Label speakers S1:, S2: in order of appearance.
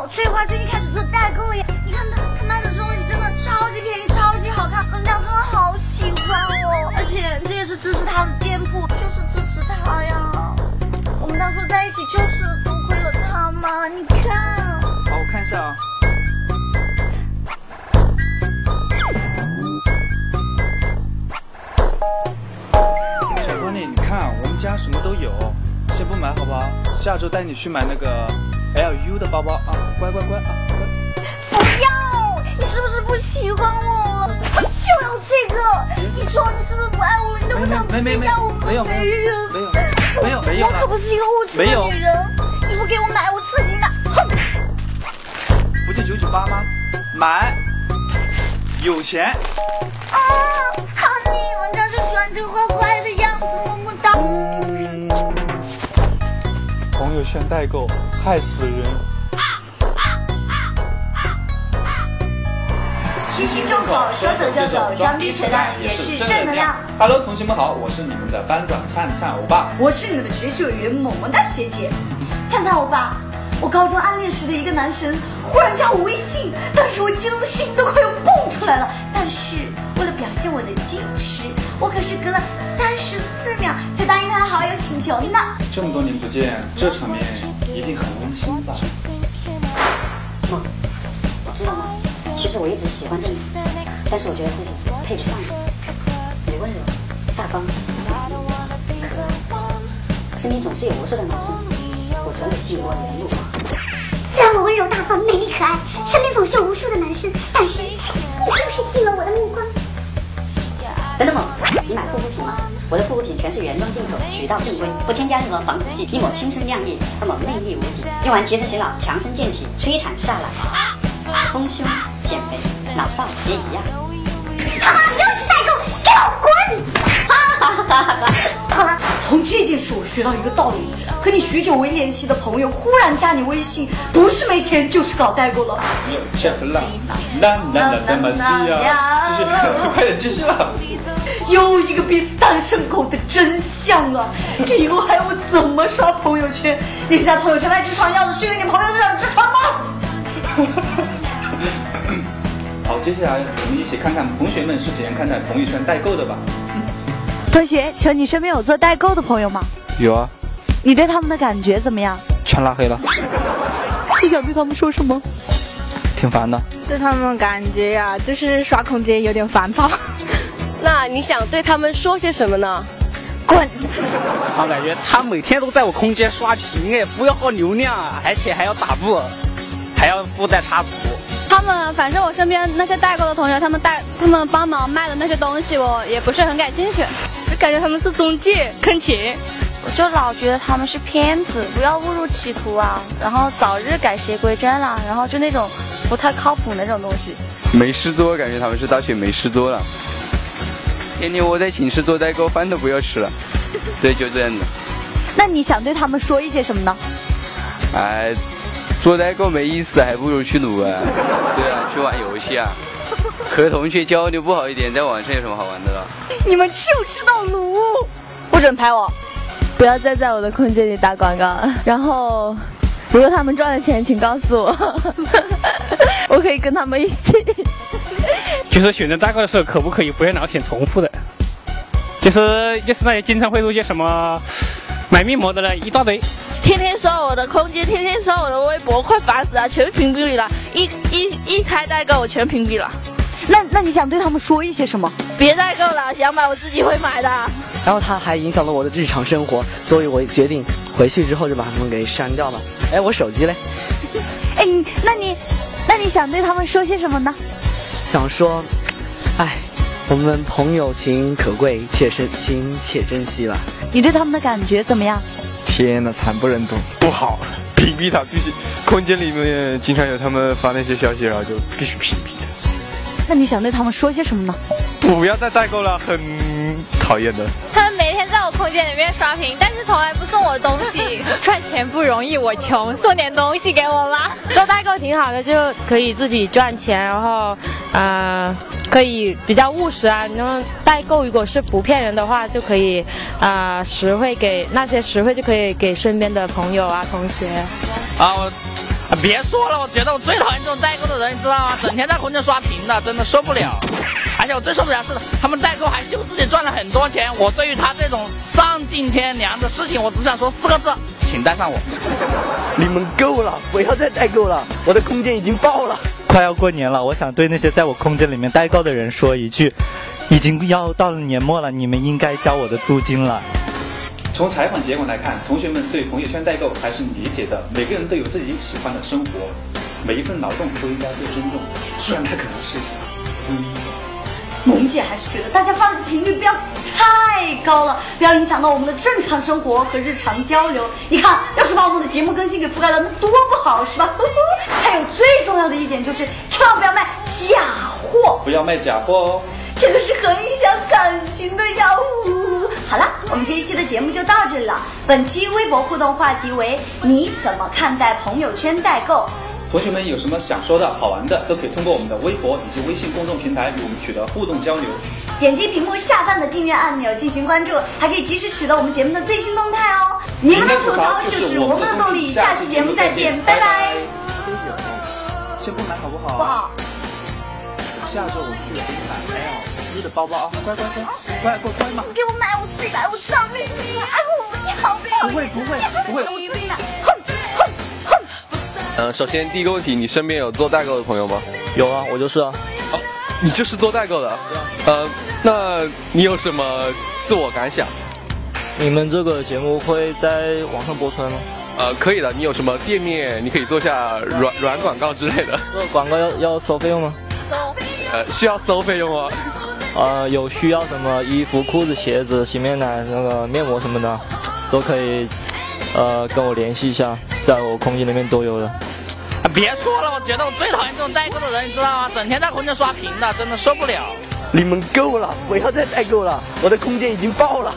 S1: 哦就是多亏了他嘛，你看。
S2: 好，我看一下啊。小姑娘，你看我们家什么都有，先不买好不好？下周带你去买那个 LU 的包包啊，乖乖乖啊，乖。
S1: 不要！你是不是不喜欢我了？我就要这个！你说你是不是不爱我？你都不想
S2: 没没没
S1: 陪伴我们
S2: 没有
S1: 的女人。
S2: 没有没有没有没有
S1: 我可不是一个物质的
S2: 没有
S1: 女人。你不给我买，我自己买。哼！
S2: 不就九九八吗？买，有钱。
S1: 啊，好你，我家就喜欢这个乖乖的样子，么么哒。
S2: 嗯，朋友圈代购害死人。
S3: 新型众口，说走就走，装逼扯淡也是正能量。。
S2: Hello，同学们好，我是你们的班长灿灿欧巴。
S3: 我是你们的学秀员萌萌哒学姐。看看我吧，我高中暗恋时的一个男神忽然加我微信，当时我激动的心都快要蹦出来了。但是为了表现我的矜持，我可是隔了三十四秒才答应他的好友请求呢。
S2: 这么多年不见，这场面一定很温馨吧？
S4: 梦，我知道吗？其实我一直喜欢这你，但是我觉得自己配不上你。你温柔、大方、可是你总是有无数的男生，我从未吸引过你的目光。
S5: 虽然我温柔大方、美丽可爱，身边总是有无数的男生，但是你就是吸引了我的目光。
S4: 等等，你买护肤品吗？我的护肤品全是原装进口，渠道正规，不添加任何防腐剂，一抹青春靓丽，二抹魅力无敌，用完洁身显老，强身健体，催产下来，丰胸、减肥、老少皆宜呀、
S5: 他妈的又是代购，给我滚！
S3: 好了，从这件事我学到一个道理：和你许久未联系的朋友忽然加你微信，不是没钱就是搞代购了。
S2: 有钱不浪，浪浪浪的马西亚，继续，快点继续了。
S3: 又一个逼死单身狗的真相啊！这以后还要我怎么刷朋友圈？那些在朋友圈卖痔疮药的，是因为你朋友都长痔疮吗？
S2: 好，接下来我们一起看看同学们是怎样看待朋友圈代购的吧。
S6: 同学，请问你身边有做代购的朋友吗？
S7: 有啊，
S6: 你对他们的感觉怎么样？
S7: 全拉黑了，
S6: 你想对他们说什么？
S7: 挺烦的。
S8: 对他们感觉呀、就是刷空间有点烦躁。 那你想对他们说些什么呢？
S9: 我感觉他每天都在我空间刷屏哎，不要耗流量啊，而且还要打字，还要附带插图。
S8: 他们反正我身边那些代购的同学，他们代他们帮忙卖的那些东西，我也不是很感兴趣，就感觉他们是中介坑钱。
S10: 我就老觉得他们是骗子，不要误入歧途啊，然后早日改邪归正啦、然后就那种不太靠谱那种东西。
S7: 没事做，感觉他们是大学没事做了，天天窝在寝室做代购，饭都不要吃了。 对，就这样子。
S6: 那你想对他们说一些什么呢？
S7: 哎，做代购没意思，还不如去撸啊。 对啊，去玩游戏啊。和同学交流不好一点，在网上有什么好玩的了？
S6: 你们就知道撸，不准拍我！
S11: 不要再在我的空间里打广告。然后，如果他们赚了钱，请告诉我， 我可以跟他们一起。
S9: 就是选择代购的时候，可不可以不要老选重复的？就是就是那些经常会入些什么买面膜的人一大堆，
S10: 天天刷我的空间，天天刷我的微博，快烦死了，全屏蔽了。一一一开代购，我全屏蔽了。
S6: 那那你想对他们说一些什么？
S10: 别代购了，想买我自己会买的。
S12: 然后他还影响了我的日常生活，所以我决定回去之后就把他们给删掉了。哎，我手机嘞？
S6: 哎，你那你那你想对他们说些什么呢？
S12: 想说，哎，我们朋友情可贵，且珍请且珍惜吧。
S6: 你对他们的感觉怎么样？
S7: 天哪，惨不忍睹，不好，屏蔽他，必须。空间里面经常有他们发那些消息，然后就必须屏蔽他。
S6: 那你想对他们说些什么呢？
S7: 不要再代购了，很讨厌的。
S8: 他们每天在我空间里面刷屏，但是从来不送我东 西。赚钱不容易，我穷，送点东西给我吧。
S10: 做代购挺好的，就可以自己赚钱，然后，呃，可以比较务实啊。然后代购如果是不骗人的话，就可以，啊、实惠给那些实惠就可以给身边的朋友啊、同学。
S9: 啊，我啊别说了，我觉得我最讨厌这种代购的人，你知道吗？整天在空间刷屏的，真的受不了。而且我最受不了是他们代购还秀自己赚了很多钱，我对于他这种丧尽天良的事情，我只想说四个字：
S13: 请带上我。
S14: 你们够了，不要再代购了，我的空间已经爆了。
S15: 快要过年了，我想对那些在我空间里面代购的人说一句：已经要到了年末了，你们应该交我的租金了。
S2: 从采访结果来看，同学们对朋友圈代购还是理解的，每个人都有自己喜欢的生活，每一份劳动都应该被尊重，虽然它可能是
S3: 萌姐还是觉得大家发的频率不要太高了，不要影响到我们的正常生活和日常交流。你看，要是把我们的节目更新给覆盖了，那多不好，是吧？ 还有最重要的一点就是，千万不要卖假货，
S2: 不要卖假货哦。
S3: 这个是很影响感情的呀。呜好了，我们这一期的节目就到这里了。本期微博互动话题为：你怎么看待朋友圈代购？
S2: 同学们有什么想说的好玩的，都可以通过我们的微博以及微信公众平台与我们取得互动交流。
S3: 点击屏幕下方的订阅按钮进行关注，还可以及时取得我们节目的最新动态哦。你们的吐槽就是我们的动力，下期节目再见，拜拜。
S2: 先不买好不好？
S3: 不好。
S2: 下周我去买 L 一的包包啊，乖乖乖，乖乖乖嘛！
S1: 给我买，我自己买，我上辈子我爱我，你好讨厌！
S2: 不会不会
S1: 不会，我自己买。
S16: 嗯，首先第一个问题，你身边有做代购的朋友吗？
S14: 有啊，我就是啊。啊
S16: 哦，你就是做代购的。呃，那你有什么自我感想？
S14: 你们这个节目会在网上播出来吗？
S16: 呃，可以的。你有什么店面？你可以做下软软广告之类的。
S14: 啊这个广告要要收费用吗？
S16: 呃，需要收费用吗？
S14: 呃，有需要什么衣服、裤子、鞋子、洗面奶、那个面膜什么的，都可以，呃，跟我联系一下，在我空间里面都有的。
S13: 别说了，我觉得我最讨厌这种代购的人，你知道吗？整天在空间刷屏的，真的受不了。
S14: 你们够了，不要再代购了，我的空间已经爆了。